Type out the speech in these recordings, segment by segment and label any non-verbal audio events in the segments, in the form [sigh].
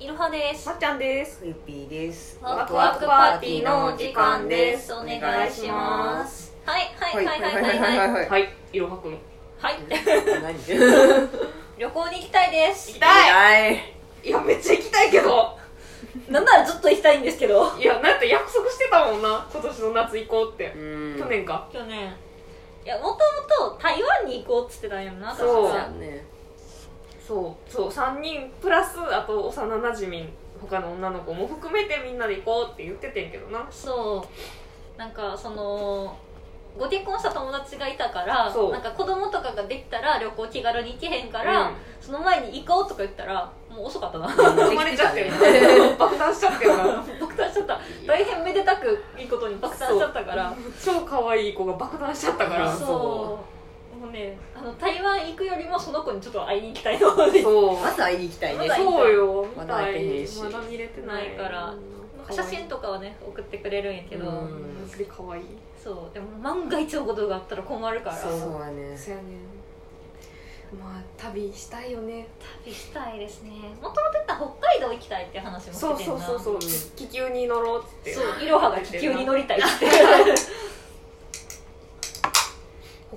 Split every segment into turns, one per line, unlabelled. いろはです
ま。っちゃんです。
ゆっぴーです。
ワ
ワ
ク
ク
ワ
ワ
ク
ク
パ
パ
ー
ー
テ
テ
ィ
ィ
ー
ー
の
の
時
時
間
間
で。
ですす
お願いします。はいはいはいはいはいはいはい。
はい、いろはくん。
はい。 [laughs]
何行
旅行に行きたいです
き。たい。
い。
いや、めっちゃ行きたいけど。
なんならずっと行きたいんですけど。
いや、なんて約束してたもんな。今年の夏行こうって
う。ん。
去年か。
去年。いや、もともと台湾に行こうっつってたんやんな、私
そう
そう
た
や
ち
ね。
そう、そう、三人プラス、あと幼馴染み。他の女の子も含めてみんなで行こうって言っててんけどな
そう。なんか、その、ご結婚した友達がいたから、
そう
なんか子供とかができたら旅行気軽に行けへんから、
うん
その前に行こうとか言ったら、もう遅かったな。
生まれちゃってるな爆誕しちゃってるな [laughs]
爆誕しちゃった。大変めでたくいいことに爆誕しちゃったから。
超可愛い子が爆誕しちゃったから
そう
う
もうねあの台湾行くよりもその子にちょっと会いに行きたいので
そう
まず会いに行きたい
ま
ね
だ。
そうよ
まだ開いてへんし
まだ見れてない
から写真とかはね送ってくれるんやけど、
うん
すげえ可愛い
そうでも万が一のことがあったら困るから
そうやね。
そうやねまあ旅したいよね
旅したいですねもともと言ったら北海道行きたいって話もしてて
そ
ん
う
な
そうそうそう気球に乗ろうっつって
そういろはが気球に乗り [laughs] たいって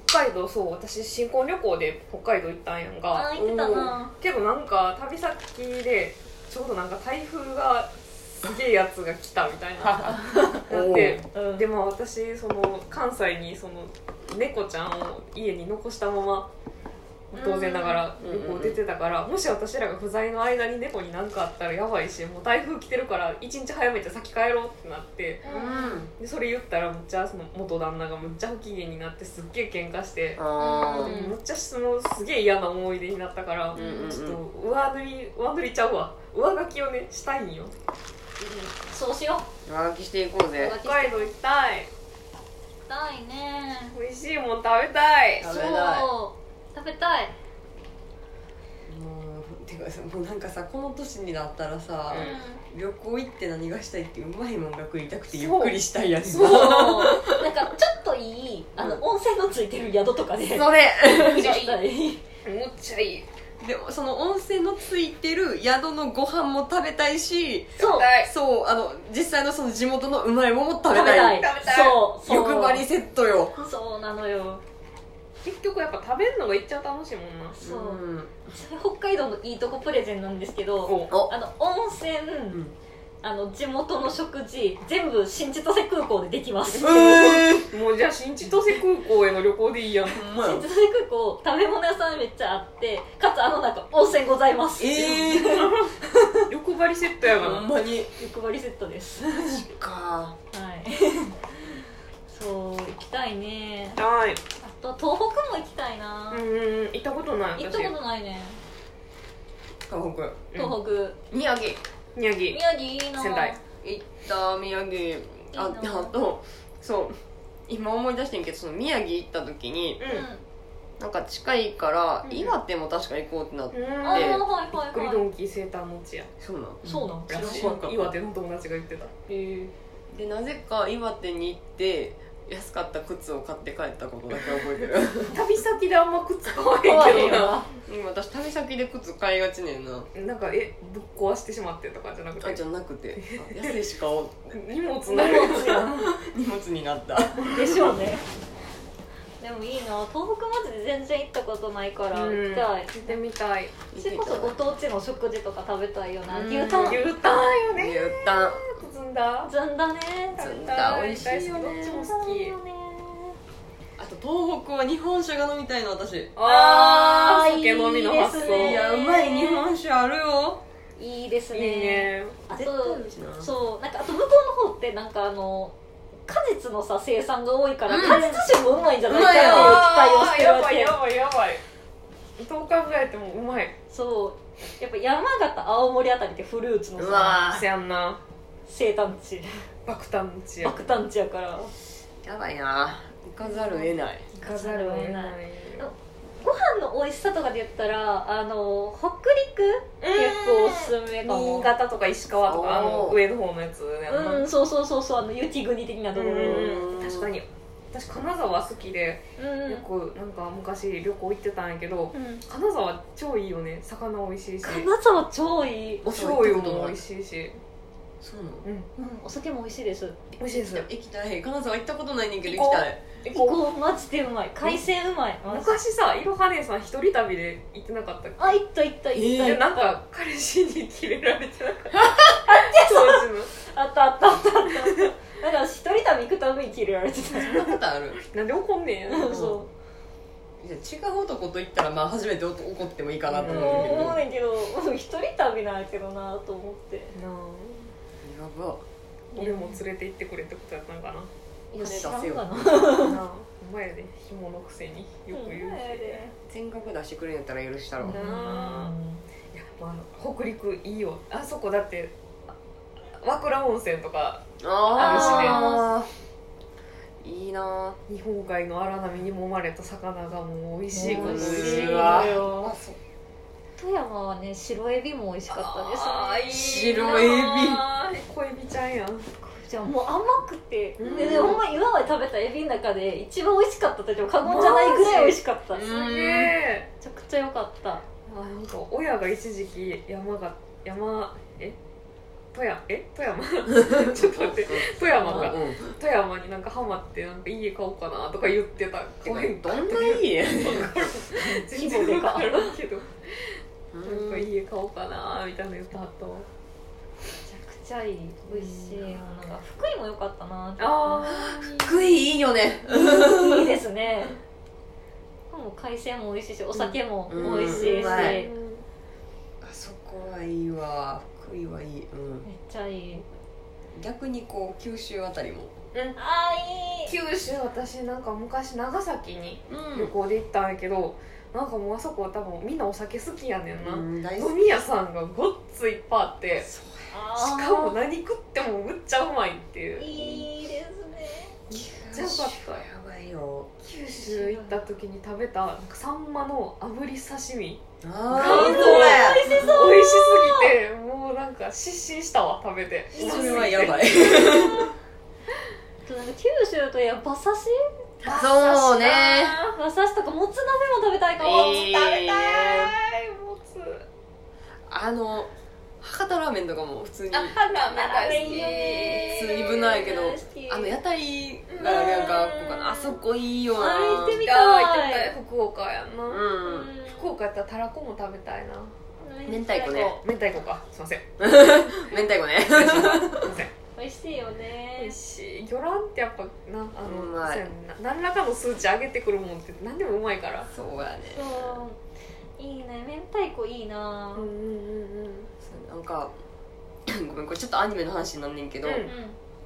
北海道そう私新婚旅行で北海道行ったんやん
あ
か
ー行ってたな
けどなんか旅先でちょうどなんか台風がすげえやつが来たみたい [laughs] ななって
うん
でも私その関西にその猫ちゃんを家に残したまま当然ながら
うん
旅行出てたから、もし私らが不在の間に猫に何かあったらやばいしもう台風来てるから一日早めて先帰ろうってなって
う
うん
ん。
でそれ言ったらむっちゃその元旦那がむっちゃ不機嫌になってすっげえ喧嘩して、
あ
うん
むっちゃ質問すげえ嫌な思い出になったから、
うんうんうん
ちょっと上塗り上塗りちゃうわ上書きをねしたいんよ
そうしよ
あ。上書きしていこう
う
ぜ。
北海道行きたいう
したいね
美味しいもん食べたい
食べたい
そう食べたい
もうてかさもうなんかさこの年になったらさ
う、
旅行行って何がしたいってうまいもんが食いたく
そ
て
う
ゆっくりしたいやつ。
そう
そうなんかちょっといいあの温泉のついてる宿とかで
それ。
行きたい
むっちゃいい
でもその温泉のついてる宿のご飯も食べたいし、
そう
そうあの実際のその地元のうまいもんも
食
食べ
べた
た
い
い。
食べたい
そうそう
欲張りセットよ。
そうなのよ
結局やっぱ食べるのがいっちゃ楽しいもんな
そう、
ん。
それ北海道のいいとこプレゼンなんですけど
お
お。
あの温泉、
うん。
あの地元の食事全部新千歳空港でできます新
え
もうじゃあ新千歳空港への旅行でいいやん
ー。ほんまや
千歳空港食べ物屋さんめっちゃあってかつあの中温泉ございます
えー。
欲張りセットやが
ほ
なん
まに。
欲張りセットですは
か。
いそう行きたいね
はい
あと東北も行きたいな、
うんうん行ったことない
行ったことないね
東北。
東
うん
北、
宮城。
宮城
宮城いいな
仙台
行った宮城あ
いいな
あとそう今思い出してんけどその宮城行った時に
うん、
なんか近いから、
うん
岩手も確か行こうってなって、
うんうん
ああーはい
で
はい
栗
は
ド
い
ンキー生誕の地や
そうなん
そうなん
らし
知らんかっ
い
た
岩手の友達が言ってた
え
でなぜか岩手に行って安かった靴を買って帰ったことだけ覚え [laughs] てる
旅先であんま靴買わ
え怖
へ
い
んけど [laughs]
よ
今私旅先で靴買いがちねんな
ななんかえぶっ壊してしまってとかじゃなく
あ
て
じゃなく [laughs] てあ安いし買おう
荷物
な
な
荷
る
物や
荷物になった
でしょうねでもいいな東北マジで全然行ったことないから行きたい、
行ってみたい
それこそご当地の食事とか食べたいよな
うん
牛タン
牛タンよね
牛タン
ずんだ
ずんだね
ずんだ美味しいよ
ど
ね
っち
ず
も
んだ
好
いい
き
よね
あと東北は日本酒が飲みたいの私
あ
あー
ー酒飲みの発
い
想
いですね
いやうまい日本酒あるよ
いいです
いい
ね
ね
あ
絶対美
と
味しいな
そうなんかあと向こうの方ってなんかあの果実のさ生産が多いから、
うん
果実酒もうまいんじゃないかっていう期待を
あ
し
ー
てる
や
わ
ばい
け
やばいやばいどう考えてもうまい
そうやっぱ山形青森あたりってフルーツの
う
さ
わ
せやんな
生誕地
爆誕の地や
爆誕地やから
やばいな行かざるを得ない
行かざるを得ないご飯の美味しさとかで言ったらあの北陸結構おすすめかも
新潟とか石川とかあの上の方のやつやんな
うんそうそうそうそうあの雪国的なところ
うん確かに私金沢好きで
うんうん
よくなんか昔旅行行ってたんやけど
うん
金沢超いいよね魚美味しいし
金沢超いい、
お
醤油も美味
い
しいし
そうなの
うん
うん、お酒も美味しいです
美味しいです
行きたい金沢行ったことないねんけど行きたい
えこう
こうマジでうまい海鮮うまいマジ
昔さいろは姉さん一人旅で行ってなかったっ
あ行った行った行った、
け
え
で
ー
なんか彼氏にキレられてなか [laughs] った当時の
あったあったあったあっただから一人旅行くためにキレられてた
そんなことある
なんで怒んねんや
うんそ
いや違う男と行ったらまあ初めて怒ってもいいかな
う
と
うん
思うんだけど、
思うね
や
んけどうん一人旅なんやけどなと思って
ば
俺も連れて行ってくれってことやったんかな
い
や知らん
な
が
なあお前やで紐のくせによく言うし
全額出してくれんやったら許したろ、
うんいやまあ北陸いいよあそこだってあ和倉温泉とか
ああいいな
日本海の荒波に揉まれた魚がもう美味しいこと
美
美
味
味
し
し
い
い
の
わ
よ富山はね白エビも美味しかったです
あーいいな
白エビ
小エビちゃんやん
じゃあもう甘くて
うん
ででほんま今まで食べたエビの中で一番美味しかったと言っても過言じゃないぐらい美味しかった
マ
め
ジ
ち
うん
すげえ
ゃくちゃ良かった
あなんか親が一時期山が山え富山 [laughs] え富山ちょっと待って富山
う
が
ん
富山になんかハマってなんか家買おうかなとか言ってた
てかどんな家
全然分からんけどなんか
う
家買おうかなみたいな言ってはったわ
めちゃくちゃいい美味しいものが福井も良かったな
あ
福井いいよね
あいいですねもう海鮮も美味しいしお酒も美味しいし、
うんうま
め
い
っ
あそこはいいわ福井はいい、うん、
ちゃいい
逆にこう九州あたりも
あーいい
九州私なんか昔長崎に
う
旅行で行ったんやけど、なんかもうあそこ多分みんなお酒好きやねんな、
ん大好き
飲み屋さんがごっついっぱいあってし
あー
かも何食ってもむっちゃうまいっていう
いいですね
ちゃよかった
やばいよ
九州行った時に食べたなんかサンマの炙り刺身
あ
ー
こ
美味しすぎてもうなんか失神したわ食べて
れそれはやばい
あとなんか九州といえば馬刺し
そうね
馬刺しとかもつ鍋も食べたいかも、
えー
食べたいもつ
あの博多ラーメンとかも普通にあ
花め
ラーメ
大
ンい
好
い
き
よね
普通にぶないけど
大好き
の屋台がなんかあっこか
うん
なあそこいいよな
あ行ってみ
あー行
た
ってみ
い
たい福岡やんな、
うん
福岡やったらたらこも食べたいな
うん
明太子ね
明太子かすいません
明太子ね
失礼しましたすいません
美味しいよね
美味しい魚卵ってやっぱなあの
うまい
そうやんな何らかの数値上げてくるもんって何でもうまいから
そうやね
そういいね明太子いいな
うんうんうん
なんかごめんこれちょっとアニメの話になんねんけど、
うん
うん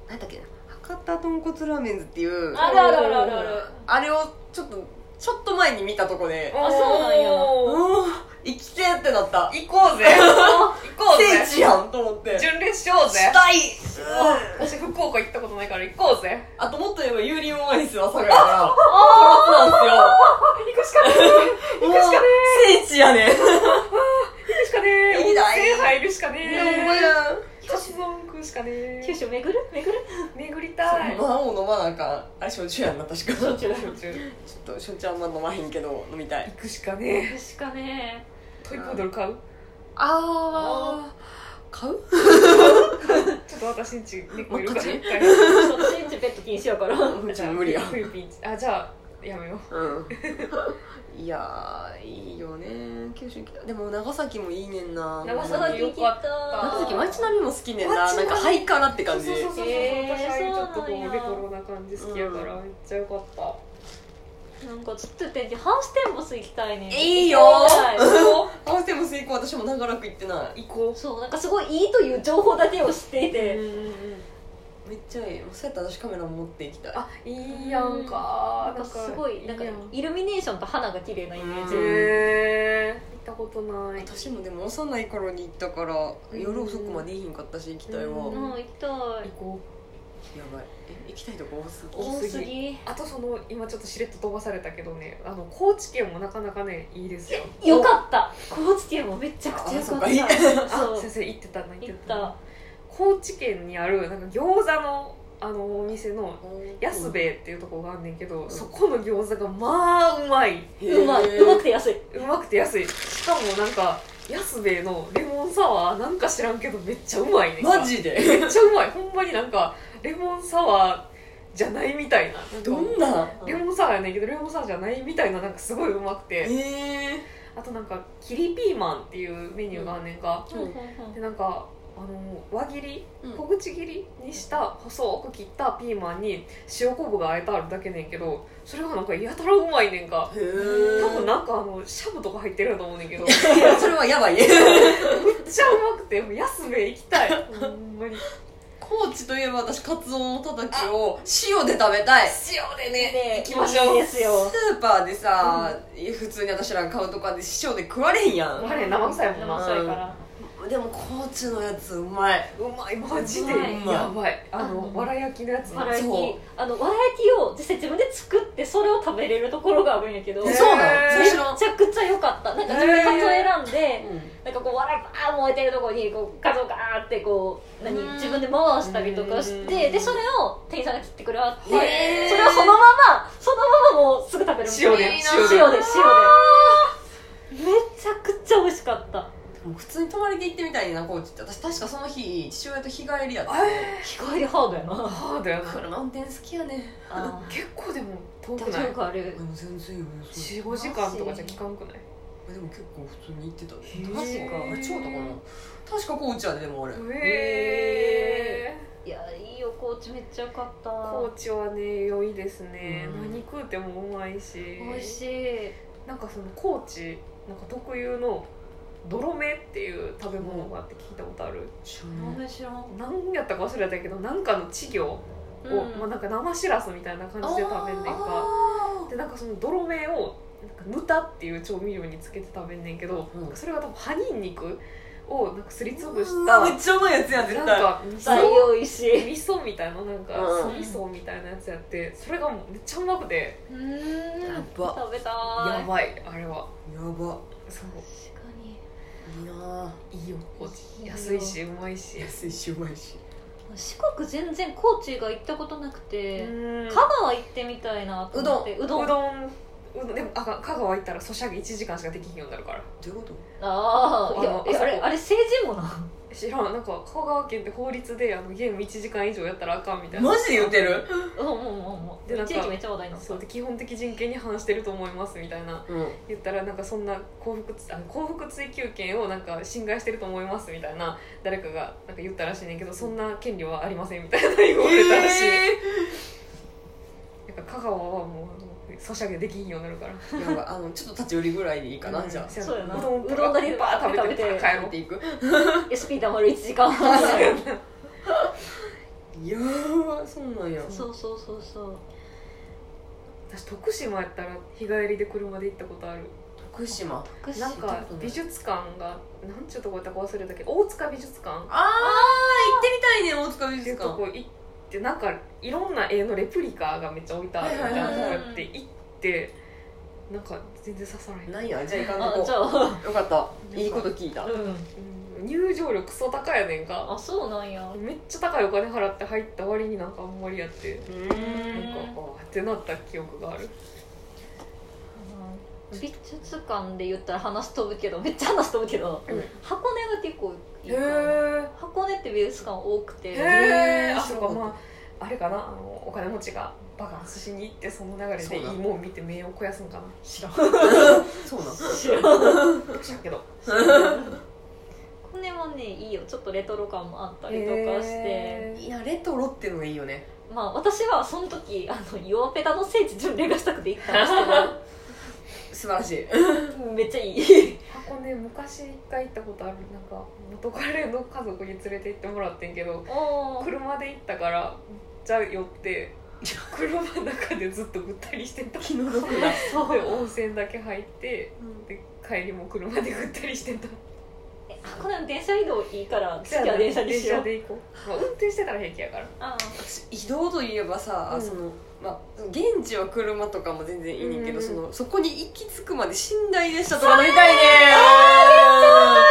なんだっけな博多豚骨ラーメンズっていう
あるあるあるあるある
あれをちょっとちょっと前に見たとこで
あそうなんや
おー
うん生きてーってなった
行こうぜ [laughs] 行こうぜ
聖地やんと思って
巡礼しようぜ
したいうん
私福岡行ったことないから行こうぜ
あともっと言えばユーリンオンアイスは佐賀やからそうなん
行くしかね
ですよもう聖地やね
え
ん
行くしかねえ
いいな
温泉入るしかね
ほんま
え
やん
カツ丼食うしかね
九
え
州巡る巡る
巡りたい
まあもう飲まなあかんあれ焼酎やんな確かちょっ
焼酎
と焼酎あんま飲まへんけど飲みたい
行くしかねえ
確かね
トイプードル買う
あー買う
ちょっと私んち猫いるか
マ
ら
ジ
一回
そうシンチペット禁止やから
うちも無理や
フィリピンあじゃあやめよ
うん [laughs] いやーいいよね九州行きたいでも長崎もいいねんな
長
長崎行きた
長崎
マジ
街並みも好きねんな
街並
な
み
んかハイカラって
うそ
感
う
じ
そうそうそう私
えー
はちょっとこ
そうなんや
うレトロな感じ好きやからめっちゃよかった
なんかずっと言ってんけどハウステンボス行きたいね
いいよ
行きたい
ハウステンボス行こう私も長らく行ってない
行こ
[laughs] そうなんかすごいいいという情報だけを知っていうて
めっちゃいいもうそうやったら私カメラ持って行きたい
あいいやんか
なんかすごいなんか
やん
イルミネーションと花が綺麗なイメージ
うん
へえ行ったことない
私もでも幼い頃に行ったから
うん
夜遅くまでいいひんかったし行きたいわ
う
うんん行きた
行
い
こ
やばいえ行きたいとこ多すぎ
多
多
すぎ
すぎ
うあとその今ちょっとしれっと飛ばされたけどねあの高知県もなかなかねいいですよ
よかった高知県もめちゃくちゃよかっ
あそ
た
あ
そう
先生行ってたな行っ
行
て
ったた
高知県にあるなんか餃子のあのお店の安兵衛っていうところがあんねんけど、
ん
そこの餃子がまあうまい
うんうまいうまくて安いう
まくて安いしかもなんか安兵衛のレモンサワーなんか知らんけどめっちゃうまいねんか
マジで
めっちゃうまいほんまになんかレモンサワーじゃないみたいななんか
どんな
レモンサワーやねんけどレモンサワーじゃないみたいななんかすごいうまく
え
て
え
あとなんかキリピーマンっていうメニューがあんねんか、
うんうん
でなんかあの輪切り
うん
小口切りにした細く切ったピーマンに塩昆布があえてあるだけねんけどそれがなんかやたらうまいねんか
へえ
多分なんかあのシャブとか入ってるやと思うねんけどめっ
それはやばい
ちゃうまくてもう安め行き
[laughs]
たいほんまに
[laughs] 高知といえば私カツオのたたきを塩で食べたい
塩で
ね
行きましょう
いいですよ
スーパーでさ、普通に私らが買うとかで塩で食われへんやん
あれ生臭いもんな
生臭いから
でも高知のやつうまいう
まいマジで
うまい
やばいあ
う
の
ん
わら焼きのやつ
わら焼
そう
きあのわら焼きを実際自分で作ってそれを食べれるところがあるんやけど
え
め
ー
ち
そうなの
えー
それ知らん
ゃくちゃ良かったなんか自分でカツオ選んで
う
なんかこうわらバー燃えてるとこにこうカツオガーってこう何
うん
自分で回したりとかして
うん
でそれを店員さんが切ってくれはって
へー
それをそのままそのままもうすぐ食べる
塩で
塩で
塩で
塩でめちゃくちゃ美味しかった
んもう普通に泊まりで行ってみたいな高知って私確かその日父親と日帰りやった
え
日帰りハードやな
ハードやな
車運転好きやね
あ
結構でも遠
ー
く
大
ない
丈夫かあれ
も全然いいよねそれ
45時間とかじゃ効かんくない
あでも結構普通に行ってたね
へー
マジかあれ違うたかな確か高知やででもあれ
へえ
いやいいよ高知めっちゃ良かった
高知はね良いですね、
うん
何食うてもうまいし
美味しい
なんかその高知なんか特有の泥目っていう食べ物があって聞いたことある、
知
豆知らん
何やったか忘れたけどなんかの稚魚を、
うん
まあ、なんか生しらすみたいな感じで食べんねんか
あ
でなんかその泥目をなんかぬたっていう調味料につけて食べんねんけど、
うん
なんかそれが多分葉にんにくをなんかすりつぶし
ーう
た
わめっちゃうまいやつやん絶
なん
対
か味
大
噌
美味しい
味噌みたいななんか
うん
酢味噌みたいなやつやってそれがもうめっちゃうまくて
うーん
やば
食べたい
やばいあれは
や
そ
ば
う
確かに
いいなあ
いいよ高
い
知
いよ
安いしうまいし
安いしうまいし
四国全然高知が行ったことなくて、
うん
香川行ってみたいなと思ってう
うど
どん
んうどんでもあかん香川行ったらそしゃぎ1時間しかできひんようになるから
どういうこと
ああいや
あの
えあれ
あそこ
あれ成人もな
知らんなんか香川県って法律であのゲーム1時間以上やったらあかんみたいな
マジで言ってる
うんうんうんうん
でなん
一時
か
期めっちゃ話題になった
そうで基本的人権に反してると思いますみたいな
うん
言ったらなんかそんな幸福つあ幸福追求権をなんか侵害してると思いますみたいな誰かがなんか言ったらしいねんけどそんな権利はありませんみたいな言われたらしい、なんか香川はもうあのソシャゲできんようになるから
やばいあのちょっと立ち寄りぐらいでいいかな、じゃあ
そうやな
うどん
うどんだけ
バー食べて
食べて
帰ろ
帰
う
っていく
SP だ丸1時間
[laughs]
いやーそうなんや
そうそうそうそう
私徳島やったら日帰りで車で行ったことある
徳島
福祉
なんか美術館がなんちゅうとこやったか忘れたけど大塚美術館
あー行ってみたいね大塚美
ってい
術
うと
館
こ行ってなんかいろんな絵のレプリカがめっちゃ置いてあるみたいなとこやって行ってなんか全然刺さらへん、
なんやじゃあ行かん
あ
と
じゃあ
こよかったいいこと聞いた
うん
うん入場料クソ高やねんか
あそうなんや
めっちゃ高いお金払って入った割になんかあんまりやってなんか
うん
あーってなった記憶がある
うん美術館で言ったら話飛ぶけどめっちゃ話飛ぶけど、
うん
箱根が結構いいかな
へ
箱根って美術館多くて、
え
へー
あそうかまああれかなあのお金持ちがバカンスしに行ってその流れ
そ
で
うだ
いいもん見て名誉を肥やすんかな
知らん
そうなん
知らん
知らんけど
箱根はねいいよちょっとレトロ感もあったりとかして、
へ
いやレトロってのがいいよね
まあ私はその時あの弱ペダの聖地巡礼がしたくて行ったん
素晴らしい
ですけどめっちゃいい
箱根昔一回行ったことあるなんか元カレの家族に連れて行ってもらってんけど
おー
車で行ったからめっちゃ酔って車の中でずっとぐったりしてたで
気の毒だ
そう
温泉だけ入ってで帰りも車でぐったりしてた
え箱根の電車移動いいから次は電車にしよ
電車
う
で行こう、まあ、運転してたら平気やから
あ
移動といえばさ、
うん
そのまあ、現地は車とかも全然いいねんけど、
うん
そのそこに行き着くまで寝台列車とか乗りたいね
あ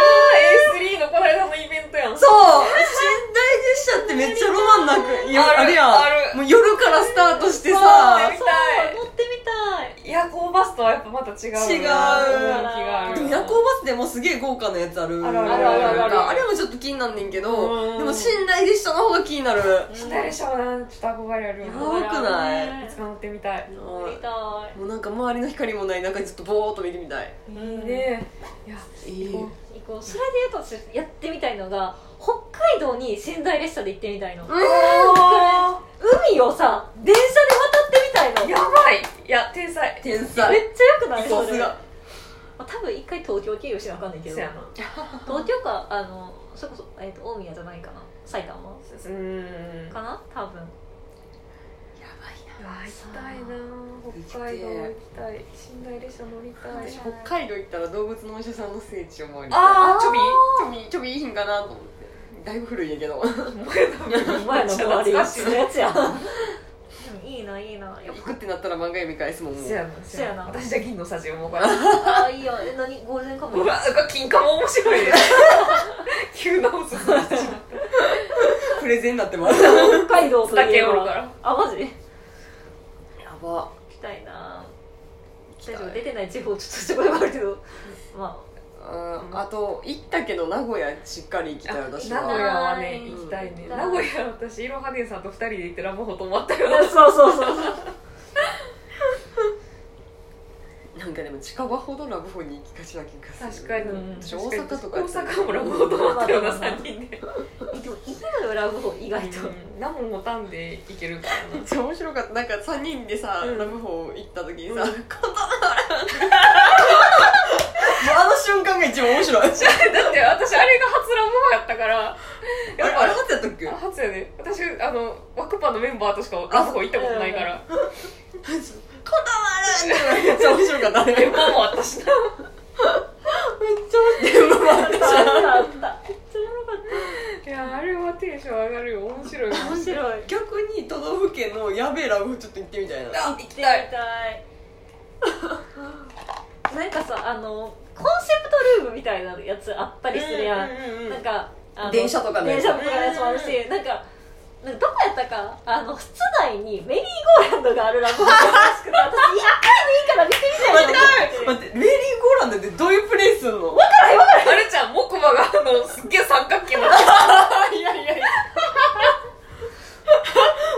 ー A3 のこの間のイベントやん
そう寝台列車ってめっちゃロマンなくいやあるやん
はやっぱまた違うな
違う
気があ
うん
る
でも夜行バスでもすげえ豪華なやつある
あるあ
るあるある
なんかあれもちょっと気になんねんけ
う
ど
ん
でも寝台列車の方が気になる
左車はなちょっと憧れあるよ
やばくない
いつか乗ってみたい
乗りた
もうなんか周りの光もない中ずっとぼーっと見てみたい
い
いいねいや
いい
こ
行こうそれで言うと私やってみたいのが北海道に寝台列車で行ってみたいの
うん
海をさ電車で渡ってみた
う
い
や
の
ばいいや天才
天
めっ
才
ちゃよくない
さ
そ
す
れ
が
まあ多分一回東京経由してなあかんねんけど
そうやな
東京かあのそれこそ、えー、と大宮じゃないかな埼玉
うーん
かな多分
や
う
ば
わ行きたいな北海道行きたい寝台列車乗りたい
私
いな北海道行ったら動物のお医者さんの聖地を回りたい
あー
ちょび
あ
ちょびちょびいいひんかなと思ってだいぶ古いんやけど
前の
懐
周り
かしい
のやつやでもいいないいなやっ
行くってなったら漫画読み返すもんもう
せやな
せやな
私じゃ銀のさじもこうやって
ぱあいいよえ何ゴールデンカムイ
うわ金貨も面白いね急なおすすめしてしまっ
プレゼンになってますや
北海道
た
と
だ
いえ
けおるか
ば
ら
あマジ行
ば
きたいな
行き
大
たい
丈夫出てない地方ちょっとしたことがあるけどま
あーあと行ったけど名古屋しっかり行きたい私
名古
は
屋はね
うん
行きたいね、
うん
名古屋私いろは姉さんと二人で行ってラブホ泊まった
あ
よ
そうそうそうそう
なんかでも近場ほどラブホに行きがちな気がす
確
る
かに、
うん
確に
大阪とか
大阪もラブホ泊まったよな
まあまあまあ
3人 [laughs] で
えでもいいのよラブホ意外と、
うん何も持たんで行けるから
めっちゃ面白かったなんか3人でさ、
うん
ラブホ行った時にさ「こんばんは!」もうあの瞬間が一番面 [laughs] 白い
な [laughs] だって私あれが初ラブホやったから
あ
や
れ
っ
あ
ぱ
れ初やったっけ
あ初やね私あのワクパンのメンバーとしかラブホ行ったことないから
こんばんはめっちゃ面白かったあれ
メンバーもあったしな
めっちゃ面白かった
あったあっためっちゃ
いやあれはテンション上がるよ面白い
面白い
逆に都道府県のやべえラブホちょっと行ってみたいな
あ行
行
き
き
た
た
い
い [laughs] なんかさあのコンセプトルームみたいなやつあったりするやん,、
うんうんうん
なんかあの
電車とかのや
電
つ
車とかのやつもあるし、なんかなんかどこやったかあの室内にメリーゴーランドがあるラブホがあるらしくて私一回でいいから見てみたいなと思って
待ってメリーゴーランドってどういうプレイすん
[laughs]
の
あれちゃん木馬があのすっげえ三角 [laughs] 形の
いやいやいや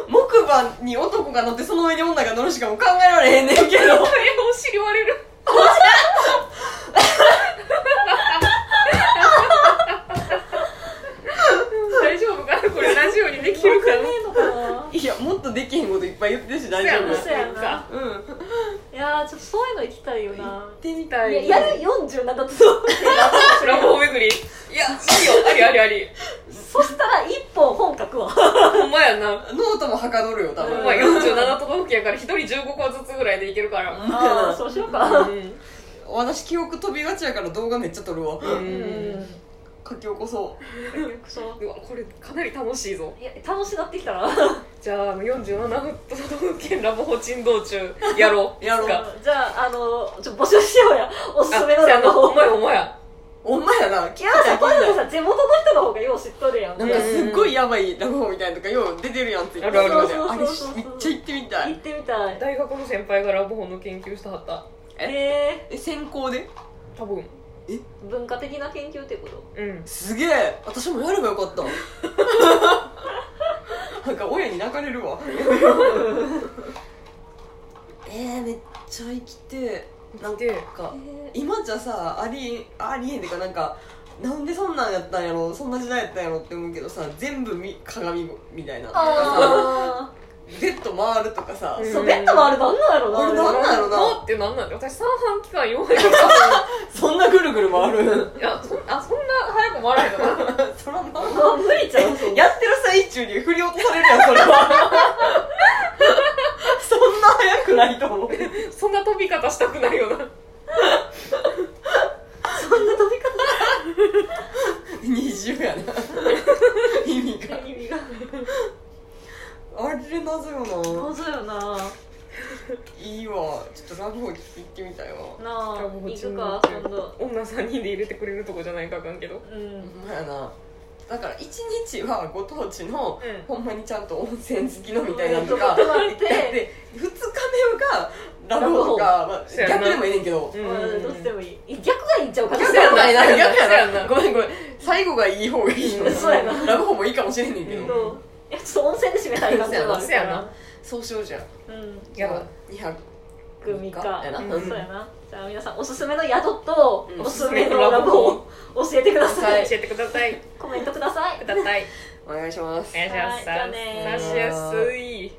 木馬に男が乗ってその上に女が乗るしかもう考えられへんねんけど
お尻割れる大丈夫かなこれラジオにできるかな
うまくねえのかない
やもっとできへんこといっぱい言ってるし大
そや
丈
な
夫
そうやな
うん行
いやーちょっとそういうの行きたいよな
ってみた
た
い
い
いややる47だとそう
ラブホ巡りいやいいよありありあり
そしたら一本本書くわ
ほんまやな
ノートもはかどるよ多
ほ
分
んま47都道府県やから一人15個ずつぐらいでいけるからう
ああそうしようか
ん
私記憶飛びがちやから動画めっちゃ撮るわ
う
うん
ん
書き起こそう
そう
わこれかなり楽しいぞ
ういや楽しなってきたな
じゃああの47都道府県ラブホ珍道中やろう
やろう
いつか
じゃああのちょっと募集しようやおすすめの
あせや
ラブ
な
ホ
ほんまやほんまや
お前やな聞
い
き
や
たい
さ
聞き
こういうの
たい
さ地元の人の方がよう知っとるやん
なん
行
かすっごいやばいラブホみたいなのとかよう出てるやんって言って
あるある
そう
あ
そ
れ
うそうそう
めっちゃ行ってみた
っ
い
てみたい
大学の先輩がラブホの研究してはった
え
え先行で
多分
ー、文化的な研究ってこと
うん
すげえ私もやればよかった
[laughs]
なんか親に泣かれ
[laughs]
るわえー、めっちゃ生きてえなん
で
か
え
今じゃさありありえんっていうかなんかなんでそんなんやったんやろそんな時代やったんやろって思うけどさ全部み鏡みたいな
あ
ベッド回るとかさ、
あ
うん
そうベッドもあれなんなんやろな
あれなんなんやろな
なってなんなん私三半期間4年間
そんなぐるぐる回る
いやそんあそんな早く回らへんのかな
[laughs] そらな
あ無理ちゃうそう
[laughs] やってる最中に振り落とされるやんそれは [laughs] そんな早くないと思う
そんな飛び方したくないよな
そんな飛び方
二重やな意味が
の意味が
あれ謎よ
そうそうよなな
ないいわちょっとラブホ行ってみたいわ
あ行くか今度
女3人で入れてくれるとこじゃないかあかんけど
うん
ほんまやなだから一日はご当地の、
うん
ほんまにちゃんと温泉好きのみたいなのとか
うん
やって2日目ラブホとか、まあ、
そうやな
逆でもいいねんけど
う
うん
ん
どうしてもいい逆がいいんちゃうかな
逆
そうや
や
な
ないな
そう
逆
やな
や
そうやな
なごめんごめん最後がいい方がいいの
そうやな
ラブホもいいかもしれんねんけ
う
ど、
んいやちょっと温泉で締めたい感じはある
そう
か
や
ら
な
そうしようじゃん
うん
やばい
グミか
やな、
うん
うん
そうやなじゃあ皆さんおすすめの宿と
うん
おすすめのラブホを教えてください、
教えてください
コメントください
ください
お願いします
お願いし
は
ます
いじゃあね
さしやすい